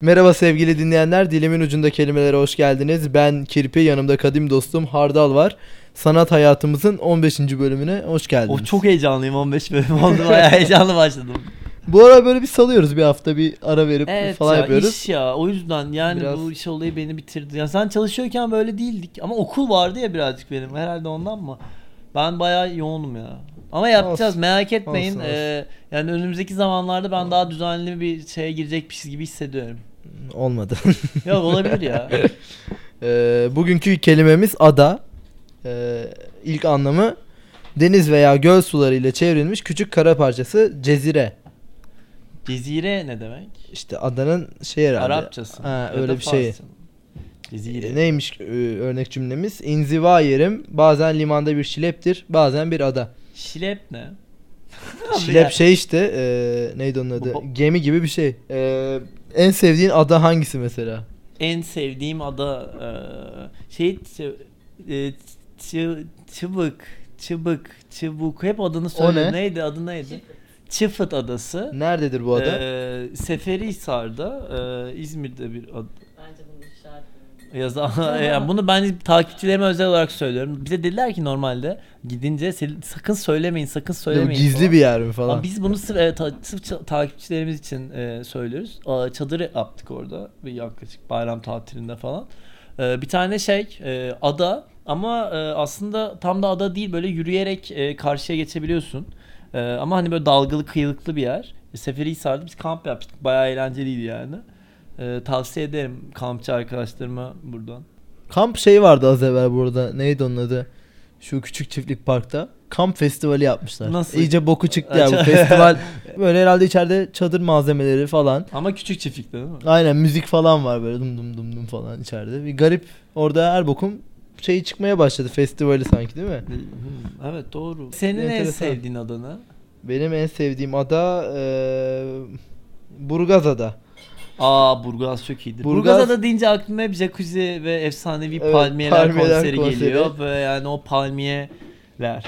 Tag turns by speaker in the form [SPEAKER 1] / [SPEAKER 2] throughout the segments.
[SPEAKER 1] Merhaba sevgili dinleyenler, dilimin ucunda kelimelere hoş geldiniz. Ben Kirpi, yanımda kadim dostum Hardal var. Sanat hayatımızın 15. bölümüne hoş geldiniz.
[SPEAKER 2] O Oh, çok heyecanlıyım 15 bölüm oldu bayağı heyecanlı başladım.
[SPEAKER 1] Bu ara böyle bir salıyoruz bir hafta bir ara verip
[SPEAKER 2] Evet
[SPEAKER 1] falan
[SPEAKER 2] ya
[SPEAKER 1] yapıyoruz.
[SPEAKER 2] iş ya o yüzden yani
[SPEAKER 1] Biraz-
[SPEAKER 2] bu iş olayı beni bitirdi. Ya sen çalışıyorken böyle değildik ama okul vardı ya birazcık benim herhalde ondan mı? Ben bayağı yoğunum ya. Ama yapacağız
[SPEAKER 1] Olsun.
[SPEAKER 2] merak etmeyin.
[SPEAKER 1] Olsun,
[SPEAKER 2] Ee, yani önümüzdeki zamanlarda ben daha düzenli bir şeye girecekmişiz gibi hissediyorum.
[SPEAKER 1] Olmadı.
[SPEAKER 2] Yok olabilir ya.
[SPEAKER 1] Ee, bugünkü kelimemiz ada. Ee, ilk anlamı deniz veya göl suları ile çevrilmiş küçük kara parçası cezire.
[SPEAKER 2] Cezire ne demek?
[SPEAKER 1] İşte adanın şey herhalde.
[SPEAKER 2] Arapçası.
[SPEAKER 1] Ha,
[SPEAKER 2] Ya
[SPEAKER 1] öyle
[SPEAKER 2] da
[SPEAKER 1] bir şey.
[SPEAKER 2] Farsça. Cezire.
[SPEAKER 1] Neymiş e, örnek cümlemiz? İnziva yerim bazen limanda bir şileptir bazen bir ada.
[SPEAKER 2] Şilep ne?
[SPEAKER 1] Şilep şey işte e, neydi onun adı?
[SPEAKER 2] Bu-
[SPEAKER 1] Gemi gibi bir şey. E, en sevdiğin ada hangisi mesela?
[SPEAKER 2] en sevdiğim ada eee, şey çı- eee, çı- çıbık çıbık çıbuk hep adını söyle
[SPEAKER 1] ne?
[SPEAKER 2] neydi adı neydi Çıfıt Adası
[SPEAKER 1] Nerededir bu
[SPEAKER 2] E,
[SPEAKER 1] ada?
[SPEAKER 2] Eee, Seferihisar'da eee, İzmir'de bir ad-
[SPEAKER 3] Bence bunu işaret edin.
[SPEAKER 2] yazan yani bunu ben takipçilerime özel olarak söylüyorum bize dediler ki normalde gidince "Sel- sakın söylemeyin sakın
[SPEAKER 1] Değil mi?
[SPEAKER 2] söylemeyin
[SPEAKER 1] Gizli
[SPEAKER 2] falan.
[SPEAKER 1] bir yer mi falan?
[SPEAKER 2] Ama biz bunu sırf, e, ta- sırf ça- takipçilerimiz için e, söylüyoruz. Aa, çadır yaptık orada bir yaklaşık bayram tatilinde falan. E, bir tane şey e, ada ama e, aslında tam da ada değil böyle yürüyerek e, karşıya geçebiliyorsun. E, ama hani böyle dalgalı kıyılıklı bir yer. E, Seferihisar'da biz kamp yaptık. Bayağı eğlenceliydi yani. E, tavsiye ederim kampçı arkadaşlarıma buradan.
[SPEAKER 1] Kamp şey vardı az evvel burada. Neydi onun adı? Şu küçük çiftlik parkta. Kamp festivali yapmışlar.
[SPEAKER 2] Nasıl?
[SPEAKER 1] İyice boku çıktı ya bu festival. Böyle herhalde içeride çadır malzemeleri falan.
[SPEAKER 2] Ama küçük çiftlikte değil mi?
[SPEAKER 1] Aynen müzik falan var böyle dum dum dum dum falan içeride. Bir garip orada her bokum şeyi çıkmaya başladı festivali sanki değil mi?
[SPEAKER 2] Hmm, Evet doğru. Senin en
[SPEAKER 1] Enteresan.
[SPEAKER 2] sevdiğin adana?
[SPEAKER 1] Benim en sevdiğim ada eee Burgaz Ada.
[SPEAKER 2] Aa Burgaz çok iyiydi.
[SPEAKER 1] Burgaz-
[SPEAKER 2] Burgaz'a da deyince aklıma hep jacuzzi ve efsanevi
[SPEAKER 1] Evet,
[SPEAKER 2] palmiyeler,
[SPEAKER 1] palmiyeler
[SPEAKER 2] konseri,
[SPEAKER 1] konseri.
[SPEAKER 2] geliyor. Ve yani o palmiyeler.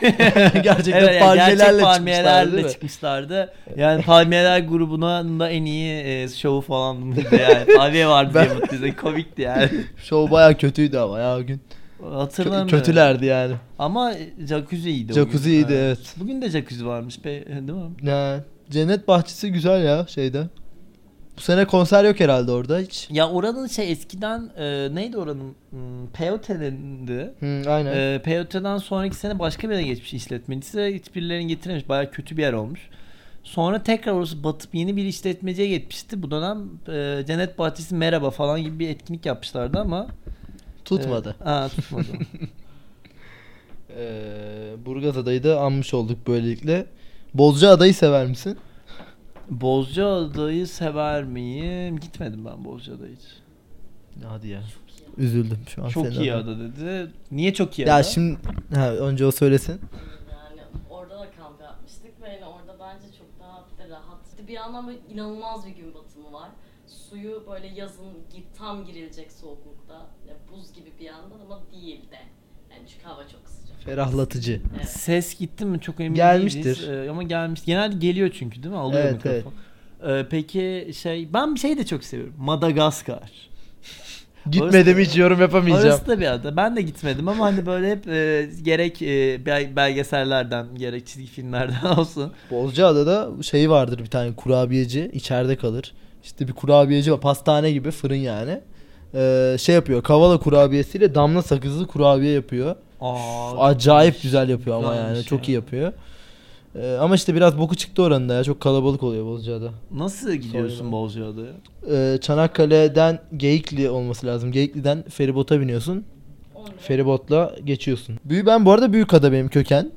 [SPEAKER 1] Gerçekten
[SPEAKER 2] Evet, yani
[SPEAKER 1] palmiyelerle
[SPEAKER 2] gerçek
[SPEAKER 1] çıkmışlar değil
[SPEAKER 2] palmiyelerle
[SPEAKER 1] mi?
[SPEAKER 2] çıkmışlardı. Yani palmiyeler grubuna da en iyi e, şovu falan buydu yani. Palmiye vardı diye
[SPEAKER 1] Ben-
[SPEAKER 2] mutluyuz. Komikti yani.
[SPEAKER 1] Show baya kötüydü ama ya o gün. Kö-
[SPEAKER 2] Hatırlamıyorum.
[SPEAKER 1] kötülerdi yani.
[SPEAKER 2] Ama jacuzzi iyiydi. o gün.
[SPEAKER 1] Jacuzzi iyiydi, evet.
[SPEAKER 2] Bugün de jacuzzi varmış be, değil mi?
[SPEAKER 1] Ne? Cennet Bahçesi güzel ya şeyde. Bu sene konser yok herhalde orada hiç.
[SPEAKER 2] Ya oranın şey eskiden e, neydi oranın? Hmm, Peyote'dendi.
[SPEAKER 1] Hı, aynen.
[SPEAKER 2] Ee, PYT'den sonraki sene başka birine geçmiş işletmecisi ve hiçbirilerini getirememiş. Bayağı kötü bir yer olmuş. Sonra tekrar orası batıp yeni bir işletmeciye geçmişti. Bu dönem e, Cennet Bahçesi Merhaba falan gibi bir etkinlik yapmışlardı ama
[SPEAKER 1] Tutmadı.
[SPEAKER 2] E, ha, tutmadı.
[SPEAKER 1] Ee, Burgaz Adayı da anmış olduk böylelikle. Bozca Adayı sever misin?
[SPEAKER 2] Bozcaada'yı sever miyim? Gitmedim ben Bozcaada'ya hiç.
[SPEAKER 1] Hadi ya. Üzüldüm şu an.
[SPEAKER 2] çok
[SPEAKER 1] senin
[SPEAKER 2] iyi
[SPEAKER 1] adına.
[SPEAKER 2] ada dedi. Niye çok iyi ada?
[SPEAKER 1] Ya şimdi ha, önce o söylesin.
[SPEAKER 3] Yani orada da kamp yapmıştık ve yani orada bence çok daha bir de rahat. Bir yandan böyle inanılmaz bir gün batımı var. Suyu böyle yazın gi- tam girilecek soğuklukta. Ya buz gibi bir yandan ama değil de. Yani çünkü hava çok sıcak.
[SPEAKER 1] Ferahlatıcı.
[SPEAKER 3] Evet.
[SPEAKER 2] Ses gitti mi çok emin
[SPEAKER 1] Gelmiştir.
[SPEAKER 2] değiliz. Ee, ama gelmiş. Genelde geliyor çünkü değil mi? Alıyor
[SPEAKER 1] Evet,
[SPEAKER 2] mikrofon. Ee, peki şey ben bir şeyi de çok seviyorum. Madagaskar.
[SPEAKER 1] Gitmedim hiç yorum yapamayacağım.
[SPEAKER 2] Orası da bir ada. Ben de gitmedim ama hani böyle hep e, gerek e, bel- belgesellerden gerek çizgi filmlerden olsun.
[SPEAKER 1] Bozcaada'da şey vardır bir tane kurabiyeci içeride kalır. İşte bir kurabiyeci var pastane gibi fırın yani. Ee, şey yapıyor kavala kurabiyesiyle damla sakızlı kurabiye yapıyor.
[SPEAKER 2] Aa,
[SPEAKER 1] Acayip güzel yapıyor ama
[SPEAKER 2] güzelmiş
[SPEAKER 1] yani çok
[SPEAKER 2] ya.
[SPEAKER 1] iyi yapıyor. Ee, ama işte biraz boku çıktı oranında ya çok kalabalık oluyor Bozcaada.
[SPEAKER 2] Nasıl gidiyorsun Bozcaada'ya?
[SPEAKER 1] Ee, Çanakkale'den Geyikli olması lazım. Geyikli'den feribota biniyorsun.
[SPEAKER 3] Ondan-
[SPEAKER 1] Feribotla geçiyorsun. Büyü ben bu arada Büyükada benim köken.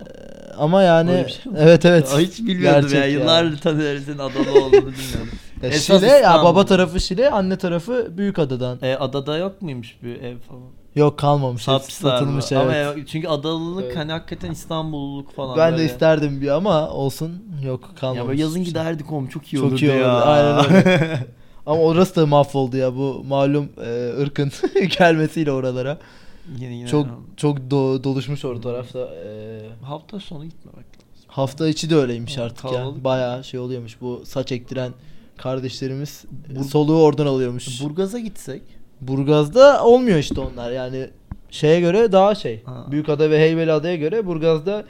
[SPEAKER 1] Ee, ama yani
[SPEAKER 2] Öyle bir şey mi?
[SPEAKER 1] evet evet.
[SPEAKER 2] Aa, hiç bilmiyordum
[SPEAKER 1] Gerçek
[SPEAKER 2] ya. Yıllardır tanıyorum senin adalı olduğunu bilmiyordum.
[SPEAKER 1] Ya
[SPEAKER 2] Esas
[SPEAKER 1] Şile ya
[SPEAKER 2] İstanbul.
[SPEAKER 1] baba tarafı Şile, anne tarafı Büyükada'dan.
[SPEAKER 2] E, adada yok muymuş bir ev falan?
[SPEAKER 1] Yok kalmamış, hepsi
[SPEAKER 2] Satmışlar mı?
[SPEAKER 1] şey satılmış
[SPEAKER 2] Ama
[SPEAKER 1] evet.
[SPEAKER 2] ya- çünkü adalılık
[SPEAKER 1] Evet.
[SPEAKER 2] hani hakikaten İstanbulluluk falan.
[SPEAKER 1] ben de
[SPEAKER 2] böyle.
[SPEAKER 1] isterdim bir ama olsun yok kalmamış.
[SPEAKER 2] Ya böyle yazın
[SPEAKER 1] hiçbir şey.
[SPEAKER 2] giderdik oğlum çok iyi
[SPEAKER 1] Çok
[SPEAKER 2] olurdu
[SPEAKER 1] iyi olurdu,
[SPEAKER 2] ya.
[SPEAKER 1] aynen öyle. Ama orası da mahvoldu ya bu malum e, ırkın gelmesiyle oralara.
[SPEAKER 2] Yine yine.
[SPEAKER 1] Çok çok do- doluşmuş orada tarafta. E,
[SPEAKER 2] Hafta sonu gitme bak.
[SPEAKER 1] hafta içi de öyleymiş artık ya.
[SPEAKER 2] Kalabalık.
[SPEAKER 1] Bayağı şey oluyormuş bu saç ektiren Kardeşlerimiz e,
[SPEAKER 2] Bur-
[SPEAKER 1] soluğu oradan alıyormuş.
[SPEAKER 2] Burgaz'a gitsek.
[SPEAKER 1] Burgaz'da olmuyor işte onlar yani şeye göre daha şey.
[SPEAKER 2] Ha.
[SPEAKER 1] Büyükada ve Heybeliada'ya göre Burgaz'da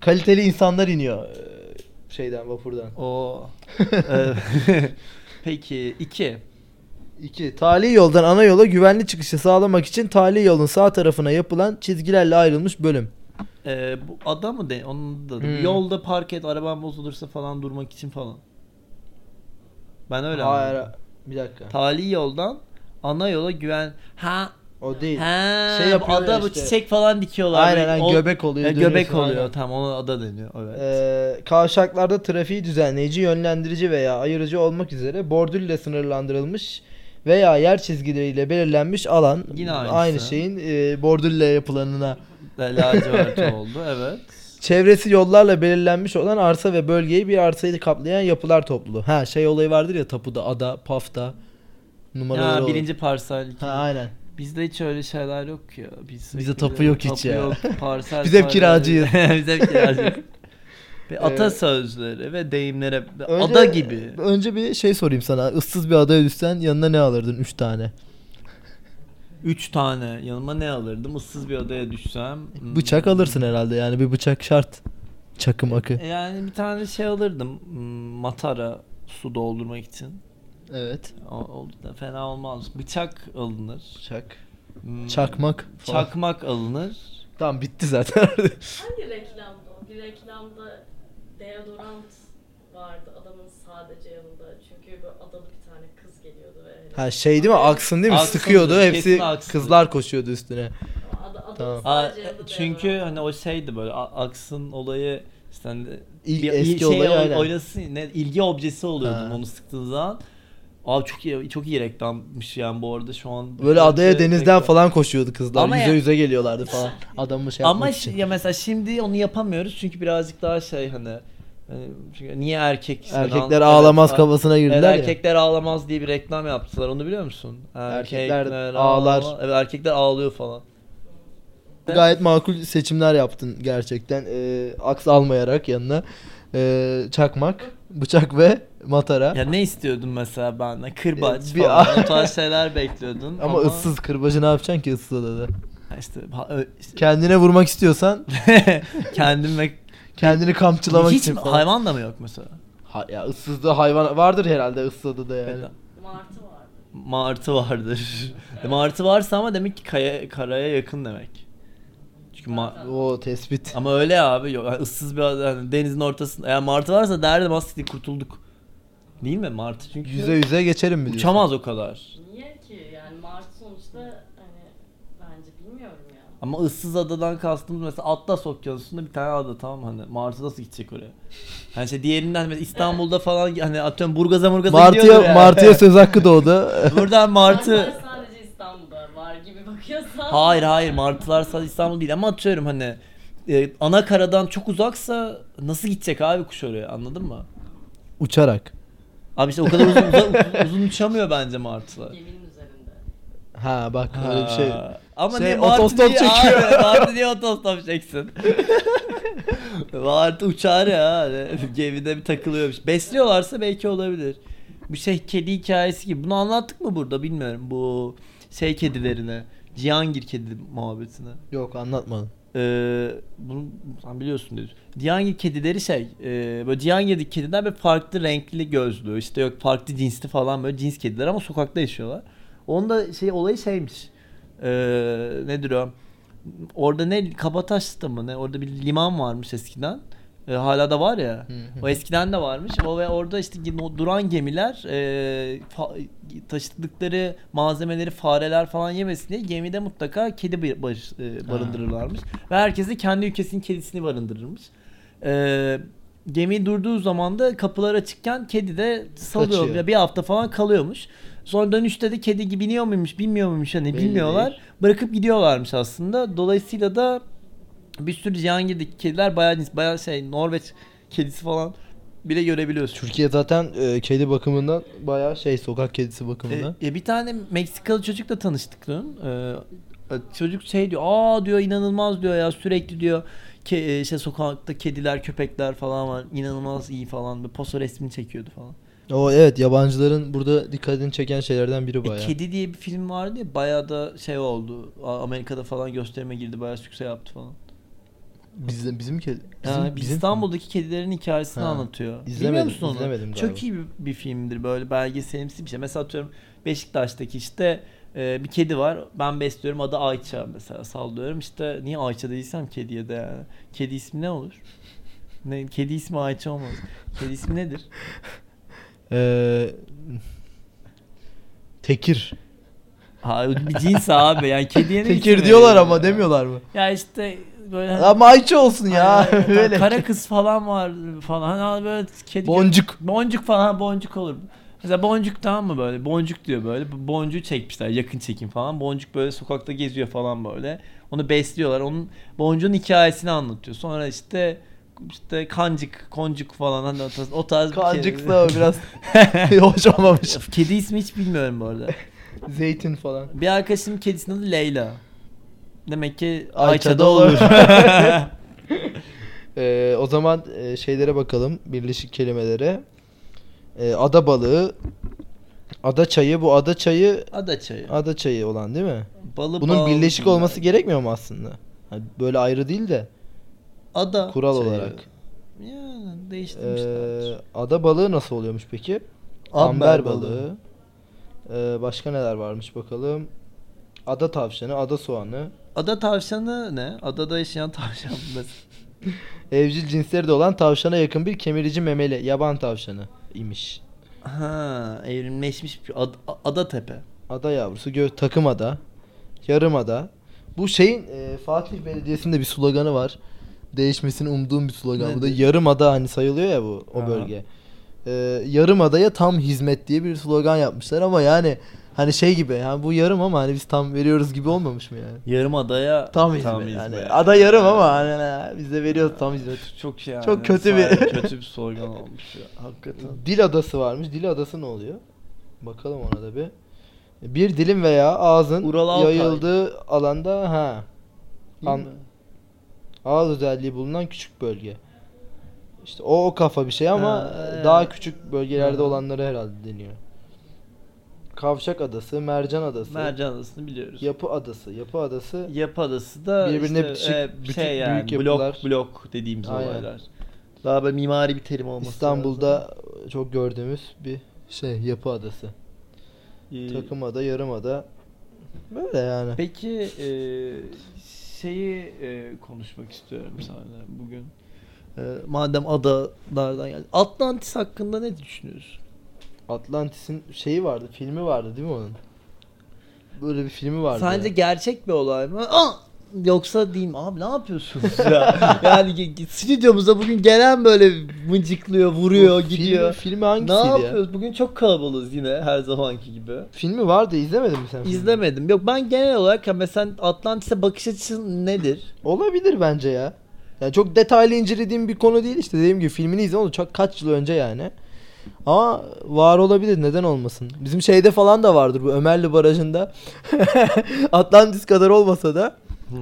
[SPEAKER 1] kaliteli insanlar iniyor e, şeyden vapurdan.
[SPEAKER 2] O. Ee, Peki iki.
[SPEAKER 1] 2. Tali yoldan ana yola güvenli çıkışı sağlamak için tali yolun sağ tarafına yapılan çizgilerle ayrılmış bölüm.
[SPEAKER 2] Ee, bu ada mı de? Onun da
[SPEAKER 1] Hmm.
[SPEAKER 2] yolda park et, araban bozulursa falan durmak için falan. Ben öyle
[SPEAKER 1] Hayır.
[SPEAKER 2] anladım.
[SPEAKER 1] Bir dakika.
[SPEAKER 2] Tali yoldan ana yola güven. Ha
[SPEAKER 1] o değil.
[SPEAKER 2] Ha,
[SPEAKER 1] Şey
[SPEAKER 2] şey
[SPEAKER 1] yapıyorlar
[SPEAKER 2] ada bu
[SPEAKER 1] işte.
[SPEAKER 2] çiçek falan dikiyorlar.
[SPEAKER 1] Aynen,
[SPEAKER 2] Böyle
[SPEAKER 1] aynen,
[SPEAKER 2] o-
[SPEAKER 1] göbek oluyor,
[SPEAKER 2] E, göbek
[SPEAKER 1] dönüyorsun,
[SPEAKER 2] oluyor.
[SPEAKER 1] aynen.
[SPEAKER 2] Tamam ona ada deniyor. Evet.
[SPEAKER 1] Ee, kavşaklarda trafiği düzenleyici, yönlendirici veya ayırıcı olmak üzere bordürle sınırlandırılmış veya yer çizgileriyle belirlenmiş alan
[SPEAKER 2] Yine aynısı.
[SPEAKER 1] aynı şeyin e, bordürle yapılanına
[SPEAKER 2] Ve lacivert oldu. Evet.
[SPEAKER 1] çevresi yollarla belirlenmiş olan arsa ve bölgeyi bir arsayı kaplayan yapılar topluluğu. Ha şey olayı vardır ya tapuda, ada, pafta numaraları.
[SPEAKER 2] Ya
[SPEAKER 1] olur.
[SPEAKER 2] birinci parsel.
[SPEAKER 1] Ha aynen.
[SPEAKER 2] Bizde hiç öyle şeyler yok ya. Biz
[SPEAKER 1] Bizde tapu yok hiç
[SPEAKER 2] tapu
[SPEAKER 1] ya.
[SPEAKER 2] Yok, parsel
[SPEAKER 1] Biz hep
[SPEAKER 2] parsel-
[SPEAKER 1] kiracıyız.
[SPEAKER 2] Biz hep kiracıyız.
[SPEAKER 1] Ee,
[SPEAKER 2] Ve atasözleri ve deyimlere ve
[SPEAKER 1] Önce-
[SPEAKER 2] ada gibi.
[SPEAKER 1] Önce bir şey sorayım sana. Issız bir adaya düşsen yanına ne alırdın? Üç tane.
[SPEAKER 2] Üç tane yanıma ne alırdım? Issız bir adaya düşsem. hmm,
[SPEAKER 1] Bıçak alırsın herhalde yani bir bıçak şart. Çakım akı.
[SPEAKER 2] E, Yani bir tane şey alırdım. hmm, Matara su doldurmak için.
[SPEAKER 1] Evet.
[SPEAKER 2] O- Oldu da fena olmaz. Bıçak alınır.
[SPEAKER 1] Bıçak.
[SPEAKER 2] Hmm,
[SPEAKER 1] Çakmak. falan.
[SPEAKER 2] Çakmak alınır.
[SPEAKER 1] Tamam bitti zaten.
[SPEAKER 3] Hangi reklamda o? Bir reklamda deodorant vardı adamın sadece yanında. Çünkü böyle adalı bir tane kız geliyordu ve hani-
[SPEAKER 1] ha şey değil mi? Aksın değil mi?
[SPEAKER 2] Aksındır,
[SPEAKER 1] Sıkıyordu.
[SPEAKER 2] kesin
[SPEAKER 1] Hepsi
[SPEAKER 2] aksındır.
[SPEAKER 1] kızlar koşuyordu üstüne.
[SPEAKER 3] Ama Ad, adamın
[SPEAKER 1] Tamam.
[SPEAKER 2] Aa, e,
[SPEAKER 3] sadece yanında
[SPEAKER 2] çünkü
[SPEAKER 3] deodorant.
[SPEAKER 2] hani o şeydi böyle a- aksın olayı işte hani
[SPEAKER 1] İlk
[SPEAKER 2] bir-
[SPEAKER 1] eski
[SPEAKER 2] bir şey
[SPEAKER 1] olay
[SPEAKER 2] oy-
[SPEAKER 1] aynen.
[SPEAKER 2] oynasın ne ilgi objesi oluyordun
[SPEAKER 1] Ha.
[SPEAKER 2] onu sıktığın zaman. Abi çok iyi çok iyi reklammış yani bu arada şu an.
[SPEAKER 1] Böyle adaya
[SPEAKER 2] Şey-
[SPEAKER 1] denizden
[SPEAKER 2] reklam.
[SPEAKER 1] falan koşuyordu kızlar.
[SPEAKER 2] Ama
[SPEAKER 1] yüze
[SPEAKER 2] ya-
[SPEAKER 1] yüze geliyorlardı falan. Adamı şey yapmak
[SPEAKER 2] Ama
[SPEAKER 1] için.
[SPEAKER 2] şi- ya mesela şimdi onu yapamıyoruz çünkü birazcık daha şey hani hani çünkü niye erkek sen
[SPEAKER 1] Erkekler
[SPEAKER 2] an- evet,
[SPEAKER 1] ağlamaz
[SPEAKER 2] a-
[SPEAKER 1] kafasına girdiler
[SPEAKER 2] evet,
[SPEAKER 1] ya.
[SPEAKER 2] erkekler ağlamaz diye bir reklam yaptılar onu biliyor musun?
[SPEAKER 1] Erkekler ağlar.
[SPEAKER 2] ağlama- Evet erkekler ağlıyor falan.
[SPEAKER 1] Gayet makul seçimler yaptın gerçekten. Ee, aks almayarak yanına. Ee, çakmak, bıçak ve matara.
[SPEAKER 2] Ya ne istiyordun mesela benden? Kırbaç
[SPEAKER 1] Bir-
[SPEAKER 2] falan. o tarz şeyler bekliyordun.
[SPEAKER 1] ama, ıssız kırbacı ne yapacaksın ki ıssız adada?
[SPEAKER 2] Ha İşte, ha, ö- işte
[SPEAKER 1] Kendine vurmak istiyorsan
[SPEAKER 2] kendime
[SPEAKER 1] kendini kamçılamak
[SPEAKER 2] hiç
[SPEAKER 1] için
[SPEAKER 2] mi-
[SPEAKER 1] falan.
[SPEAKER 2] hayvan da mı yok mesela?
[SPEAKER 1] Ha- ya ıssızda hayvan vardır herhalde ıssızda da yani.
[SPEAKER 3] Martı vardı.
[SPEAKER 2] Martı vardır. Martı varsa ama demek ki kaya, karaya yakın demek. Çünkü ma-
[SPEAKER 1] O tespit.
[SPEAKER 2] ama öyle abi yok. Yani ıssız bir yani denizin ortasında. Eğer martı varsa derdim aslında kurtulduk. Değil mi martı? Çünkü
[SPEAKER 1] Yüze yüze geçerim mi diyorsun?
[SPEAKER 2] uçamaz o kadar.
[SPEAKER 3] Niye ki? Yani Martı sonuçta hani bence bilmiyorum ya.
[SPEAKER 2] Ama ıssız adadan kastımız mesela Atlas Okyanusu'nda bir tane ada tamam mı? hani Martı nasıl gidecek oraya? Hani şey diğerinden mesela İstanbul'da falan hani atıyorum Burgaz'a Murgaz'a
[SPEAKER 1] Martı'ya
[SPEAKER 2] gidiyordur yani.
[SPEAKER 1] Martı'ya söz hakkı doğdu.
[SPEAKER 2] Buradan Martı...
[SPEAKER 3] Martılar sadece İstanbul'da var gibi bakıyorsan.
[SPEAKER 2] hayır hayır Martılar sadece İstanbul değil ama atıyorum hani e, ana karadan çok uzaksa nasıl gidecek abi kuş oraya anladın mı?
[SPEAKER 1] Uçarak.
[SPEAKER 2] Abi işte o kadar uzun, uza- uzun uçamıyor bence Martılar.
[SPEAKER 3] Geminin üzerinde.
[SPEAKER 1] Ha bak öyle bir şey.
[SPEAKER 2] Ha, Ama
[SPEAKER 1] Şey,
[SPEAKER 2] niye Martı
[SPEAKER 1] otostop
[SPEAKER 2] niye-
[SPEAKER 1] çekiyor.
[SPEAKER 2] Abi, Martı niye otostop çeksin? Martı uçar ya. hani Gemide bir takılıyormuş. Besliyorlarsa belki olabilir. Bu şey kedi hikayesi gibi. Bunu anlattık mı burada bilmiyorum. Bu şey kedilerine. Cihangir kedi muhabbetine.
[SPEAKER 1] Yok anlatmadım.
[SPEAKER 2] Ee, bunu sen biliyorsun diyorsun. Cihangir kedileri şey, e, böyle Cihangir'deki kediler böyle farklı renkli gözlü, işte yok farklı cinsli falan böyle cins kediler ama sokakta yaşıyorlar. Onun da şey olayı şeymiş. Ee, nedir o? Orada ne Kabataş'ta mı ne? Orada bir liman varmış eskiden. Ee, hala da var ya.
[SPEAKER 1] Hı hı.
[SPEAKER 2] O eskiden de varmış. O ve orada işte gi- o duran gemiler e, fa- taşıdıkları malzemeleri fareler falan yemesin diye gemide mutlaka kedi bir- barış- e, barındırırlarmış. Ve herkes de kendi ülkesinin kedisini barındırırmış. Ee, gemi durduğu zaman da kapılar açıkken kedi de salıyor.
[SPEAKER 1] Kaçıyor.
[SPEAKER 2] Bir hafta falan kalıyormuş. Sonra dönüşte de kedi gibi biniyor muymuş bilmiyor muymuş hani
[SPEAKER 1] Belli
[SPEAKER 2] bilmiyorlar.
[SPEAKER 1] değil.
[SPEAKER 2] Bırakıp gidiyorlarmış aslında. Dolayısıyla da bir sürü Cihangir'deki kediler bayağı cins, bayağı şey Norveç kedisi falan bile görebiliyorsun.
[SPEAKER 1] Türkiye zaten e, kedi bakımından bayağı şey sokak kedisi
[SPEAKER 2] E,
[SPEAKER 1] bakımından.
[SPEAKER 2] e, bir tane Meksikalı çocukla tanıştık dün. E, e, çocuk şey diyor, aa diyor inanılmaz diyor ya sürekli diyor ke, e, şey sokakta kediler köpekler falan var inanılmaz iyi falan bir poso resmini çekiyordu falan.
[SPEAKER 1] O evet yabancıların burada dikkatini çeken şeylerden biri
[SPEAKER 2] E,
[SPEAKER 1] bayağı.
[SPEAKER 2] Kedi diye bir film vardı ya bayağı da şey oldu. A- Amerika'da falan gösterime girdi bayağı sükse yaptı falan.
[SPEAKER 1] Bizim bizim kedi. Bizim,
[SPEAKER 2] Yani
[SPEAKER 1] bizim
[SPEAKER 2] İstanbul'daki kedilerin hikayesini
[SPEAKER 1] Ha.
[SPEAKER 2] anlatıyor. Bilmiyor
[SPEAKER 1] İzlemedim,
[SPEAKER 2] musun onu?
[SPEAKER 1] izlemedim
[SPEAKER 2] Çok
[SPEAKER 1] galiba.
[SPEAKER 2] iyi bir, bir filmdir böyle belgeselimsi bir şey. Mesela atıyorum Beşiktaş'taki işte e, bir kedi var. Ben besliyorum adı Ayça mesela sallıyorum. İşte niye Ayça değilsem kediye de yani. Kedi ismi ne olur? Ne, kedi ismi Ayça olmaz. Kedi ismi nedir?
[SPEAKER 1] Ee, Tekir.
[SPEAKER 2] Ha bir cins abi yani kediye ne
[SPEAKER 1] Tekir diyorlar
[SPEAKER 2] isim veriyorlar
[SPEAKER 1] ama
[SPEAKER 2] ya?
[SPEAKER 1] demiyorlar mı?
[SPEAKER 2] Ya işte böyle hani-
[SPEAKER 1] Ama Ayça olsun ya.
[SPEAKER 2] Aynen, aynen.
[SPEAKER 1] Öyle.
[SPEAKER 2] Kara kız falan var falan. Hani böyle kedi
[SPEAKER 1] Boncuk.
[SPEAKER 2] Boncuk falan ha, boncuk olur. Mesela boncuk tamam mı böyle? Boncuk diyor böyle. Bu Boncuğu çekmişler yakın çekim falan. Boncuk böyle sokakta geziyor falan böyle. Onu besliyorlar. Onun boncuğun hikayesini anlatıyor. Sonra işte işte kancık, koncuk falan hani o tarz, o tarz bir kedi.
[SPEAKER 1] Kancıksa o biraz hoş olmamış.
[SPEAKER 2] Kedi ismi hiç bilmiyorum bu arada.
[SPEAKER 1] Zeytin falan.
[SPEAKER 2] Bir arkadaşımın kedisinin adı Leyla. Demek ki
[SPEAKER 1] Ayça'da
[SPEAKER 2] Ayça'da
[SPEAKER 1] olur.
[SPEAKER 2] olur.
[SPEAKER 1] Ee, o zaman e, şeylere bakalım. Birleşik kelimelere. Ee, ada balığı. Ada çayı. Bu ada çayı
[SPEAKER 2] Ada çayı.
[SPEAKER 1] ada çayı olan değil mi?
[SPEAKER 2] Balı
[SPEAKER 1] Bunun
[SPEAKER 2] bal
[SPEAKER 1] birleşik
[SPEAKER 2] bilmem.
[SPEAKER 1] olması gerekmiyor mu aslında? Hani böyle ayrı değil de
[SPEAKER 2] Ada
[SPEAKER 1] kural
[SPEAKER 2] çayı.
[SPEAKER 1] olarak.
[SPEAKER 2] Yani değiştirmişler.
[SPEAKER 1] Ee, ada balığı nasıl oluyormuş peki?
[SPEAKER 2] Amber
[SPEAKER 1] Amber,
[SPEAKER 2] balığı.
[SPEAKER 1] balığı. Ee, başka neler varmış bakalım? Ada tavşanı, ada soğanı.
[SPEAKER 2] Ada tavşanı ne? Adada yaşayan tavşan mesela.
[SPEAKER 1] Evcil cinsleri de olan tavşana yakın bir kemirici memeli yaban tavşanı imiş.
[SPEAKER 2] Ha, evrimleşmiş bir ad, ada tepe.
[SPEAKER 1] Ada yavrusu, gö takım ada, yarım ada. Bu şeyin e, Fatih Belediyesi'nde bir sloganı var. Değişmesini umduğum bir slogan. Bu da
[SPEAKER 2] Nedir?
[SPEAKER 1] yarım ada hani sayılıyor ya bu o
[SPEAKER 2] Aha.
[SPEAKER 1] bölge. Ee, yarım adaya tam hizmet diye bir slogan yapmışlar ama yani hani şey gibi yani bu yarım ama hani biz tam veriyoruz gibi olmamış mı yani?
[SPEAKER 2] Yarım adaya
[SPEAKER 1] Tam hizmet. yani. Ada yarım ama hani ha, biz de veriyoruz tam hizmet.
[SPEAKER 2] çok şey yani.
[SPEAKER 1] Çok kötü bir-
[SPEAKER 2] Sahi kötü bir slogan olmuş ya. Hakikaten.
[SPEAKER 1] Dil adası varmış. Dil adası ne oluyor? Bakalım ona da bir. Bir dilim veya ağzın
[SPEAKER 2] Ural Altay.
[SPEAKER 1] yayıldığı alanda ha. An-
[SPEAKER 2] Değil mi?
[SPEAKER 1] ağız özelliği bulunan küçük bölge. İşte o, o kafa bir şey ama
[SPEAKER 2] Ha,
[SPEAKER 1] e,
[SPEAKER 2] evet.
[SPEAKER 1] daha küçük bölgelerde
[SPEAKER 2] Ha.
[SPEAKER 1] olanlara herhalde deniyor. Kavşak adası, Mercan adası,
[SPEAKER 2] Mercan adasını biliyoruz. Yap,
[SPEAKER 1] Yapı adası. Yapı adası
[SPEAKER 2] adası da
[SPEAKER 1] Birbirine
[SPEAKER 2] işte,
[SPEAKER 1] bitişik,
[SPEAKER 2] e,
[SPEAKER 1] bütün
[SPEAKER 2] şey yani
[SPEAKER 1] büyük
[SPEAKER 2] blok
[SPEAKER 1] yapılar.
[SPEAKER 2] blok dediğimiz
[SPEAKER 1] Aynen.
[SPEAKER 2] olaylar. Daha böyle mimari bir terim olması lazım.
[SPEAKER 1] İstanbul'da çok gördüğümüz bir şey yapı adası.
[SPEAKER 2] Ee,
[SPEAKER 1] Takım ada, yarım ada. Böyle yani.
[SPEAKER 2] Peki e, şeyi e, konuşmak istiyorum seninle bugün. E, madem adalardan geldi. Atlantis hakkında ne düşünüyorsun?
[SPEAKER 1] Atlantis'in şeyi vardı, filmi vardı değil mi onun? Böyle bir filmi vardı.
[SPEAKER 2] Sence gerçek bir olay mı? Aa! Yoksa diyeyim abi ne yapıyorsunuz ya? yani ge- ge- stüdyomuza bugün gelen böyle mıncıklıyor, vuruyor,
[SPEAKER 1] Bu
[SPEAKER 2] gidiyor.
[SPEAKER 1] Filmi, filmi hangisiydi
[SPEAKER 2] ne
[SPEAKER 1] ya?
[SPEAKER 2] yapıyoruz? Bugün çok kalabalığız yine her zamanki gibi.
[SPEAKER 1] Filmi vardı izlemedin mi sen? filmi?
[SPEAKER 2] İzlemedim. Yok ben genel olarak ya mesela Atlantis'e bakış açısı nedir?
[SPEAKER 1] Olabilir bence ya. Yani çok detaylı incelediğim bir konu değil işte dediğim gibi filmini izledim çok kaç yıl önce yani. Ama var olabilir neden olmasın. Bizim şeyde falan da vardır bu Ömerli Barajı'nda. Atlantis kadar olmasa da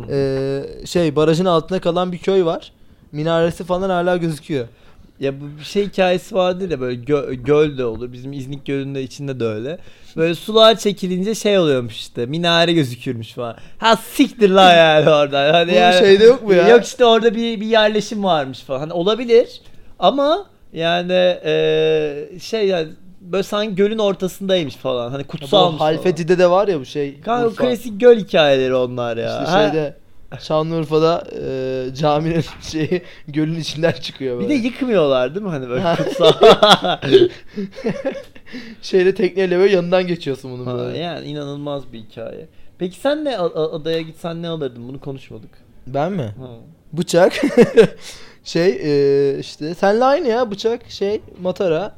[SPEAKER 1] eee, şey barajın altına kalan bir köy var. Minaresi falan hala gözüküyor.
[SPEAKER 2] Ya bu bir şey hikayesi vardır ya böyle gö- göl de olur. Bizim İznik Gölü'nde içinde de öyle. Böyle sular çekilince şey oluyormuş işte. Minare gözükürmüş falan. Ha siktir lan yani oradan. Hani
[SPEAKER 1] Bu
[SPEAKER 2] yani,
[SPEAKER 1] şeyde yok mu ya?
[SPEAKER 2] Yok işte orada bir, bir yerleşim varmış falan. Hani olabilir ama yani eee, şey yani böyle sanki gölün ortasındaymış falan. Hani
[SPEAKER 1] Ya
[SPEAKER 2] kutsal.
[SPEAKER 1] Bu Halfeti'de de var ya bu şey.
[SPEAKER 2] Kanka o
[SPEAKER 1] Urfa.
[SPEAKER 2] klasik göl hikayeleri onlar ya.
[SPEAKER 1] İşte
[SPEAKER 2] Ha-
[SPEAKER 1] şeyde Şanlıurfa'da eee caminin şeyi gölün içinden çıkıyor
[SPEAKER 2] bir
[SPEAKER 1] böyle.
[SPEAKER 2] de yıkmıyorlar değil mi hani böyle
[SPEAKER 1] Ha.
[SPEAKER 2] kutsal.
[SPEAKER 1] Şeyle tekneyle böyle yanından geçiyorsun bunun
[SPEAKER 2] Ha,
[SPEAKER 1] böyle.
[SPEAKER 2] yani inanılmaz bir hikaye. Peki sen ne a- a- adaya gitsen ne alırdın? Bunu konuşmadık.
[SPEAKER 1] Ben mi?
[SPEAKER 2] Ha.
[SPEAKER 1] Bıçak. şey eee, işte senle aynı ya bıçak şey matara.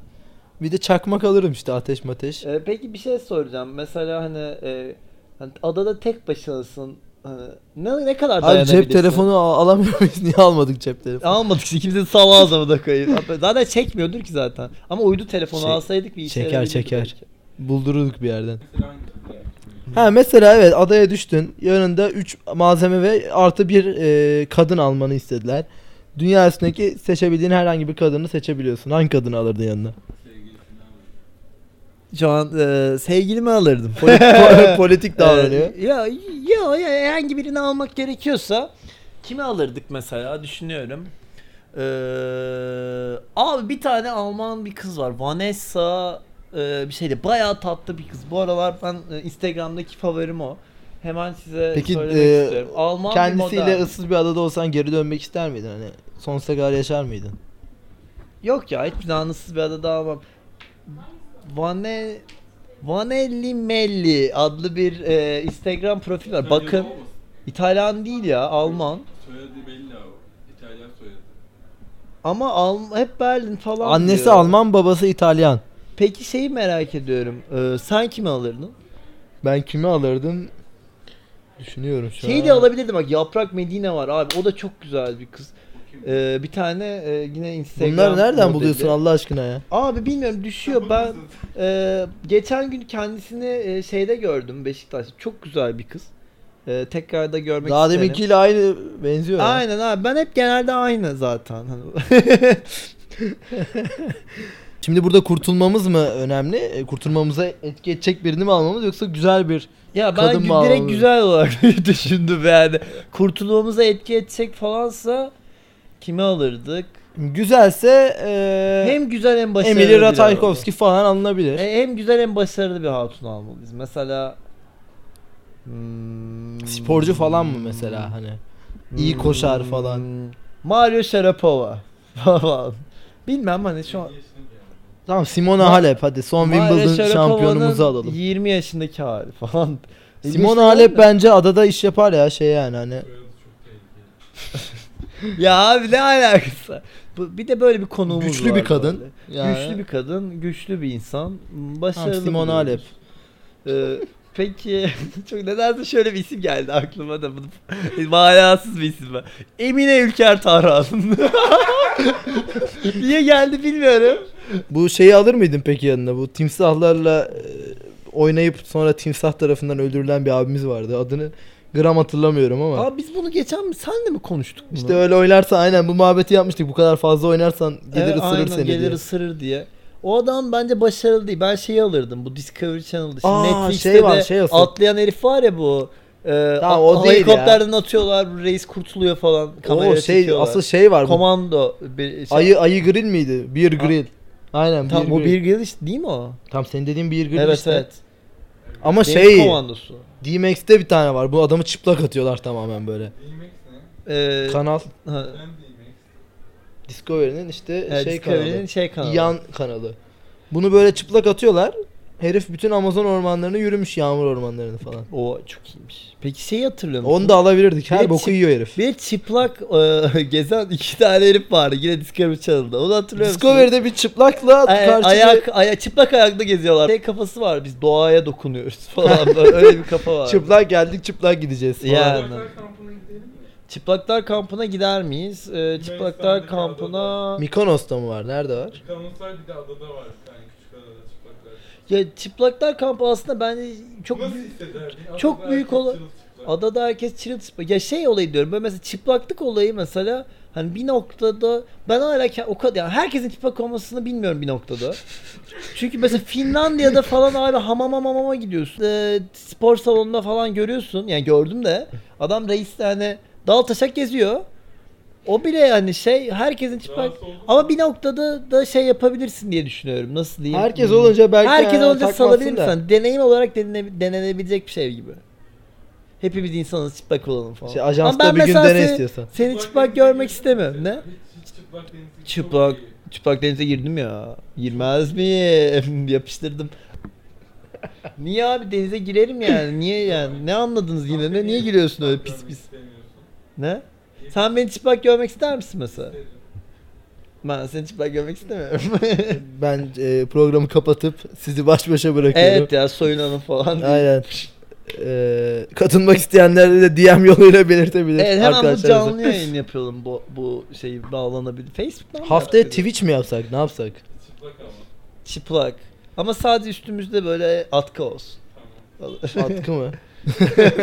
[SPEAKER 1] Bir de çakmak alırım işte ateş mateş.
[SPEAKER 2] Ee, peki bir şey soracağım. Mesela hani, e, hani adada tek başınasın. Hani ne ne kadar
[SPEAKER 1] Abi
[SPEAKER 2] dayanabilirsin?
[SPEAKER 1] cep telefonu al- alamıyor muyuz? Niye almadık cep telefonu?
[SPEAKER 2] almadık işte kimse salağı zamana koyayım. Zaten çekmiyordur ki zaten. Ama uydu telefonu
[SPEAKER 1] Şey-
[SPEAKER 2] alsaydık bir işe
[SPEAKER 1] çeker,
[SPEAKER 2] yarayabilirdi
[SPEAKER 1] çeker.
[SPEAKER 2] belki.
[SPEAKER 1] Buldururduk bir yerden. Ha mesela evet adaya düştün. Yanında 3 malzeme ve artı bir eee, kadın almanı istediler.
[SPEAKER 4] şey
[SPEAKER 1] Dünya üstündeki seçebildiğin herhangi bir kadını seçebiliyorsun. Hangi kadını alırdın yanına?
[SPEAKER 5] Şu an e, sevgilimi alırdım.
[SPEAKER 1] Politik, politik davranıyor.
[SPEAKER 2] Ee, ya, ya, ya herhangi birini almak gerekiyorsa kimi alırdık mesela düşünüyorum. Ee, abi bir tane Alman bir kız var. Vanessa e, bir şeydi. Bayağı tatlı bir kız. Bu aralar ben e, Instagram'daki favorim o. Hemen size
[SPEAKER 1] Peki,
[SPEAKER 2] söylemek
[SPEAKER 1] e,
[SPEAKER 2] istiyorum. Alman bir
[SPEAKER 1] Kendisiyle
[SPEAKER 2] model.
[SPEAKER 1] ıssız bir adada olsan geri dönmek ister miydin? Hani sonsuza kadar yaşar mıydın?
[SPEAKER 2] Yok ya hiçbir anısız bir adada almam. Vane Vanelli Melli adlı bir e, Instagram profili var.
[SPEAKER 4] İtalyan
[SPEAKER 2] Bakın
[SPEAKER 4] olmasın?
[SPEAKER 2] İtalyan değil ya Alman.
[SPEAKER 4] Soyadı belli abi. İtalyan soyadı.
[SPEAKER 2] Ama Alm- hep Berlin falan
[SPEAKER 1] Annesi
[SPEAKER 2] diyor.
[SPEAKER 1] Alman, babası İtalyan.
[SPEAKER 2] Peki şeyi merak ediyorum. E, sen kimi alırdın?
[SPEAKER 1] Ben kimi alırdım? Düşünüyorum şu
[SPEAKER 2] Şeyi
[SPEAKER 1] an.
[SPEAKER 2] de alabilirdim bak Yaprak Medine var abi. O da çok güzel bir kız. E, bir tane e, yine Instagram
[SPEAKER 1] Bunları nereden
[SPEAKER 2] modeli.
[SPEAKER 1] buluyorsun Allah aşkına ya?
[SPEAKER 2] Abi bilmiyorum düşüyor ben e, geçen gün kendisini e, şeyde gördüm Beşiktaş'ta çok güzel bir kız e, tekrar da görmek
[SPEAKER 1] Daha
[SPEAKER 2] isterim.
[SPEAKER 1] deminkiyle aynı benziyor. ya.
[SPEAKER 2] Aynen abi ben hep genelde aynı zaten Hani
[SPEAKER 1] Şimdi burada kurtulmamız mı önemli? E, Kurtulmamıza etki edecek birini mi almamız yoksa güzel bir
[SPEAKER 2] ya ben
[SPEAKER 1] Kadın
[SPEAKER 2] gü-
[SPEAKER 1] mı
[SPEAKER 2] direkt
[SPEAKER 1] ağlamıyor?
[SPEAKER 2] güzel olarak düşündüm yani kurtulmamıza etki edecek falansa kimi alırdık
[SPEAKER 1] güzelse e,
[SPEAKER 2] hem güzel hem başarılı
[SPEAKER 1] Emily
[SPEAKER 2] bir
[SPEAKER 1] Ratajkowski falan alınabilir.
[SPEAKER 2] adam. E, hem güzel hem başarılı bir hatun almalıyız mesela hmm,
[SPEAKER 1] Sporcu falan mı mesela hani? İyi koşar falan.
[SPEAKER 2] Hmm, Mario Sharapova falan. Bilmem hani şu an.
[SPEAKER 1] Tamam Simona
[SPEAKER 2] Ma-
[SPEAKER 1] Halep hadi son
[SPEAKER 2] Mario
[SPEAKER 1] Wimbledon şampiyonumuzu
[SPEAKER 2] Sharapova'nın
[SPEAKER 1] alalım.
[SPEAKER 2] 20 yaşındaki hali falan.
[SPEAKER 1] Simona Halep bence adada iş yapar ya şey yani hani.
[SPEAKER 4] Soyadı çok tehlikeli.
[SPEAKER 2] Ya abi ne alakası? Bu, bir de böyle bir konuğumuz
[SPEAKER 1] Güçlü
[SPEAKER 2] var
[SPEAKER 1] bir kadın.
[SPEAKER 2] böyle.
[SPEAKER 1] Yani.
[SPEAKER 2] Güçlü bir kadın, güçlü bir insan.
[SPEAKER 1] Tamam,
[SPEAKER 2] Başarılı
[SPEAKER 1] Simona
[SPEAKER 2] buluyoruz.
[SPEAKER 1] Halep.
[SPEAKER 2] Ee, peki çok nedense şöyle bir isim geldi aklıma da bunun manasız bir isim var. Emine Ülker Tarhan. Niye geldi bilmiyorum.
[SPEAKER 1] Bu şeyi alır mıydın peki yanına? Bu timsahlarla e, oynayıp sonra timsah tarafından öldürülen bir abimiz vardı. Adını gram hatırlamıyorum ama.
[SPEAKER 2] Aa biz bunu geçen senle mi konuştuk bunu?
[SPEAKER 1] işte öyle oynarsa aynen bu muhabbeti yapmıştık. Bu kadar fazla oynarsan gelir
[SPEAKER 2] Evet,
[SPEAKER 1] ısırır
[SPEAKER 2] aynen,
[SPEAKER 1] seni
[SPEAKER 2] gelir
[SPEAKER 1] diye.
[SPEAKER 2] ısırır diye. O adam bence başarılı değil. Ben şeyi alırdım bu Discovery Channel'da. Şimdi
[SPEAKER 1] Aa,
[SPEAKER 2] Netflix'te
[SPEAKER 1] şey var,
[SPEAKER 2] de
[SPEAKER 1] şey olsun.
[SPEAKER 2] atlayan herif var ya bu. E,
[SPEAKER 1] Tamam,
[SPEAKER 2] a-
[SPEAKER 1] o değil ya.
[SPEAKER 2] Helikopterden atıyorlar bu reis kurtuluyor falan. Kameraya
[SPEAKER 1] Oo, şey
[SPEAKER 2] çekiyorlar.
[SPEAKER 1] asıl şey var. bu.
[SPEAKER 2] Komando. Bir, şey-
[SPEAKER 1] ayı ayı grill miydi? Beer grill. Aynen
[SPEAKER 2] Tam,
[SPEAKER 1] beer
[SPEAKER 2] o
[SPEAKER 1] grill.
[SPEAKER 2] bir giriş değil mi o?
[SPEAKER 1] Tam senin dediğin beer grill
[SPEAKER 2] evet
[SPEAKER 1] işte.
[SPEAKER 2] evet.
[SPEAKER 1] Ama
[SPEAKER 2] Deniz
[SPEAKER 1] şey
[SPEAKER 2] komandosu.
[SPEAKER 1] D-Max'te bir tane var. Bu adamı çıplak atıyorlar tamamen böyle.
[SPEAKER 4] D-Max ne?
[SPEAKER 2] Ee,
[SPEAKER 1] Kanal
[SPEAKER 2] ha,
[SPEAKER 4] Ben D-Max.
[SPEAKER 1] Discovery'nin işte
[SPEAKER 2] evet,
[SPEAKER 1] şey
[SPEAKER 2] Discovery'nin
[SPEAKER 1] kanalı.
[SPEAKER 2] şey kanalı.
[SPEAKER 1] Yan kanalı. Bunu böyle çıplak atıyorlar. Herif bütün Amazon ormanlarını yürümüş yağmur ormanlarını falan.
[SPEAKER 2] O çok iyiymiş. Peki şeyi hatırlıyor musun?
[SPEAKER 1] Onu da alabilirdik. Her
[SPEAKER 2] Direkt
[SPEAKER 1] boku
[SPEAKER 2] çip-
[SPEAKER 1] yiyor herif.
[SPEAKER 2] Bir çıplak e, gezen iki tane herif vardı yine Discovery Channel'da. Onu hatırlıyor musun? e,
[SPEAKER 1] Discovery'de bir çıplakla
[SPEAKER 2] Ay-
[SPEAKER 1] karşı
[SPEAKER 2] ayak, aya, çıplak ayakta geziyorlar. Şey kafası var biz doğaya dokunuyoruz falan böyle öyle bir kafa var.
[SPEAKER 1] çıplak geldik çıplak gideceğiz. falan.
[SPEAKER 2] Ya. Aynen.
[SPEAKER 4] Kulaklar kampına gidelim mi?
[SPEAKER 2] Çıplaklar kampına gider miyiz? Ee, çıplaklar
[SPEAKER 4] Yunanistan'daki
[SPEAKER 2] kampına...
[SPEAKER 1] Mikonos'ta mı var? Nerede var?
[SPEAKER 4] Kanuslar bir de adada var bir tane küçük adada çıplaklar.
[SPEAKER 2] Ya çıplaklar kampı aslında bence çok
[SPEAKER 4] Nasıl
[SPEAKER 2] büyük...
[SPEAKER 4] hissederdin? Adada
[SPEAKER 2] çok
[SPEAKER 4] herkes
[SPEAKER 2] büyük olan-
[SPEAKER 4] çırılçıplak.
[SPEAKER 2] Adada herkes çırılçıplak. Ya şey olayı diyorum böyle mesela çıplaklık olayı mesela hani bir noktada ben hala ke- o kadar yani herkesin çıplak olmasını bilmiyorum bir noktada. Çünkü mesela Finlandiya'da falan abi hamama mamama gidiyorsun. Ee, spor salonunda falan görüyorsun. Yani gördüm de adam reis de hani dal taşak geziyor. O bile yani şey herkesin çıplak
[SPEAKER 4] Rahatsız oldun
[SPEAKER 2] ama
[SPEAKER 4] mu?
[SPEAKER 2] bir noktada da şey yapabilirsin diye düşünüyorum. Nasıl diyeyim?
[SPEAKER 1] Herkes
[SPEAKER 2] Hmm.
[SPEAKER 1] olunca belki
[SPEAKER 2] Herkes
[SPEAKER 1] ha,
[SPEAKER 2] olunca
[SPEAKER 1] takmazsın
[SPEAKER 2] salabilir
[SPEAKER 1] da.
[SPEAKER 2] misin? Deneyim olarak denene- denenebilecek bir şey gibi. Hepimiz insanız çıplak olalım falan.
[SPEAKER 1] Şey, ajansta
[SPEAKER 2] Ama ben
[SPEAKER 1] bir gün
[SPEAKER 2] mesela
[SPEAKER 1] dene
[SPEAKER 2] seni-
[SPEAKER 1] istiyorsan.
[SPEAKER 2] Seni
[SPEAKER 4] Çıplak
[SPEAKER 2] çıplak
[SPEAKER 4] denize
[SPEAKER 2] görmek
[SPEAKER 4] girdin mi
[SPEAKER 2] istemiyorum.
[SPEAKER 4] sen?
[SPEAKER 2] Ne?
[SPEAKER 4] Hiç, hiç çıplak denize girmek
[SPEAKER 2] Çıplak
[SPEAKER 4] çok iyi.
[SPEAKER 2] çıplak denize girdim ya. Girmez miyim? Yapıştırdım. Niye abi denize girerim yani? Niye yani? Ne anladınız yine? Ne? Niye giriyorsun öyle pis
[SPEAKER 4] Görmek
[SPEAKER 2] pis?
[SPEAKER 4] istemiyorsun.
[SPEAKER 2] Ne? Sen beni çıplak görmek ister misin mesela?
[SPEAKER 4] İsterim.
[SPEAKER 2] Ben seni çıplak görmek istemiyorum.
[SPEAKER 1] Ben e, programı kapatıp sizi baş başa bırakıyorum.
[SPEAKER 2] evet ya soyunalım falan.
[SPEAKER 1] Aynen. Ee, katılmak isteyenler de DM yoluyla belirtebilir
[SPEAKER 2] Evet hemen bu
[SPEAKER 1] arkadaşlarınıza.
[SPEAKER 2] canlı yayın yapalım bu, bu şeyi bağlanabilir. Facebook'tan mı
[SPEAKER 1] Haftaya
[SPEAKER 2] yapsak?
[SPEAKER 1] Twitch mi yapsak? Ne yapsak?
[SPEAKER 4] Çıplak ama.
[SPEAKER 2] Çıplak. Ama sadece üstümüzde böyle atkı olsun.
[SPEAKER 4] Tamam.
[SPEAKER 1] Atkı mı?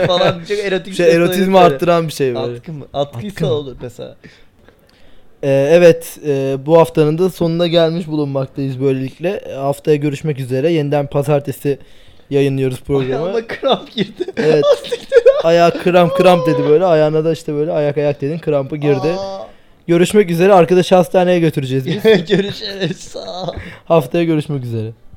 [SPEAKER 2] falan çok
[SPEAKER 1] şey
[SPEAKER 2] erotik. şeyler
[SPEAKER 1] erotizmi
[SPEAKER 2] söyle.
[SPEAKER 1] arttıran bir şey böyle.
[SPEAKER 2] Atkı mı? Atkıysa
[SPEAKER 1] Atkı mı?
[SPEAKER 2] olur mesela.
[SPEAKER 1] Ee, evet e, bu haftanın da sonuna gelmiş bulunmaktayız böylelikle. E, Haftaya görüşmek üzere. Yeniden pazartesi yayınlıyoruz programı.
[SPEAKER 5] Ama kramp girdi.
[SPEAKER 1] Evet. Ayağı kramp kramp dedi böyle. Ayağına da işte böyle ayak ayak dedin krampı girdi.
[SPEAKER 5] Aa,
[SPEAKER 1] Görüşmek üzere. Arkadaşı hastaneye götüreceğiz biz.
[SPEAKER 5] Görüşürüz. Sağ ol.
[SPEAKER 1] Haftaya görüşmek üzere.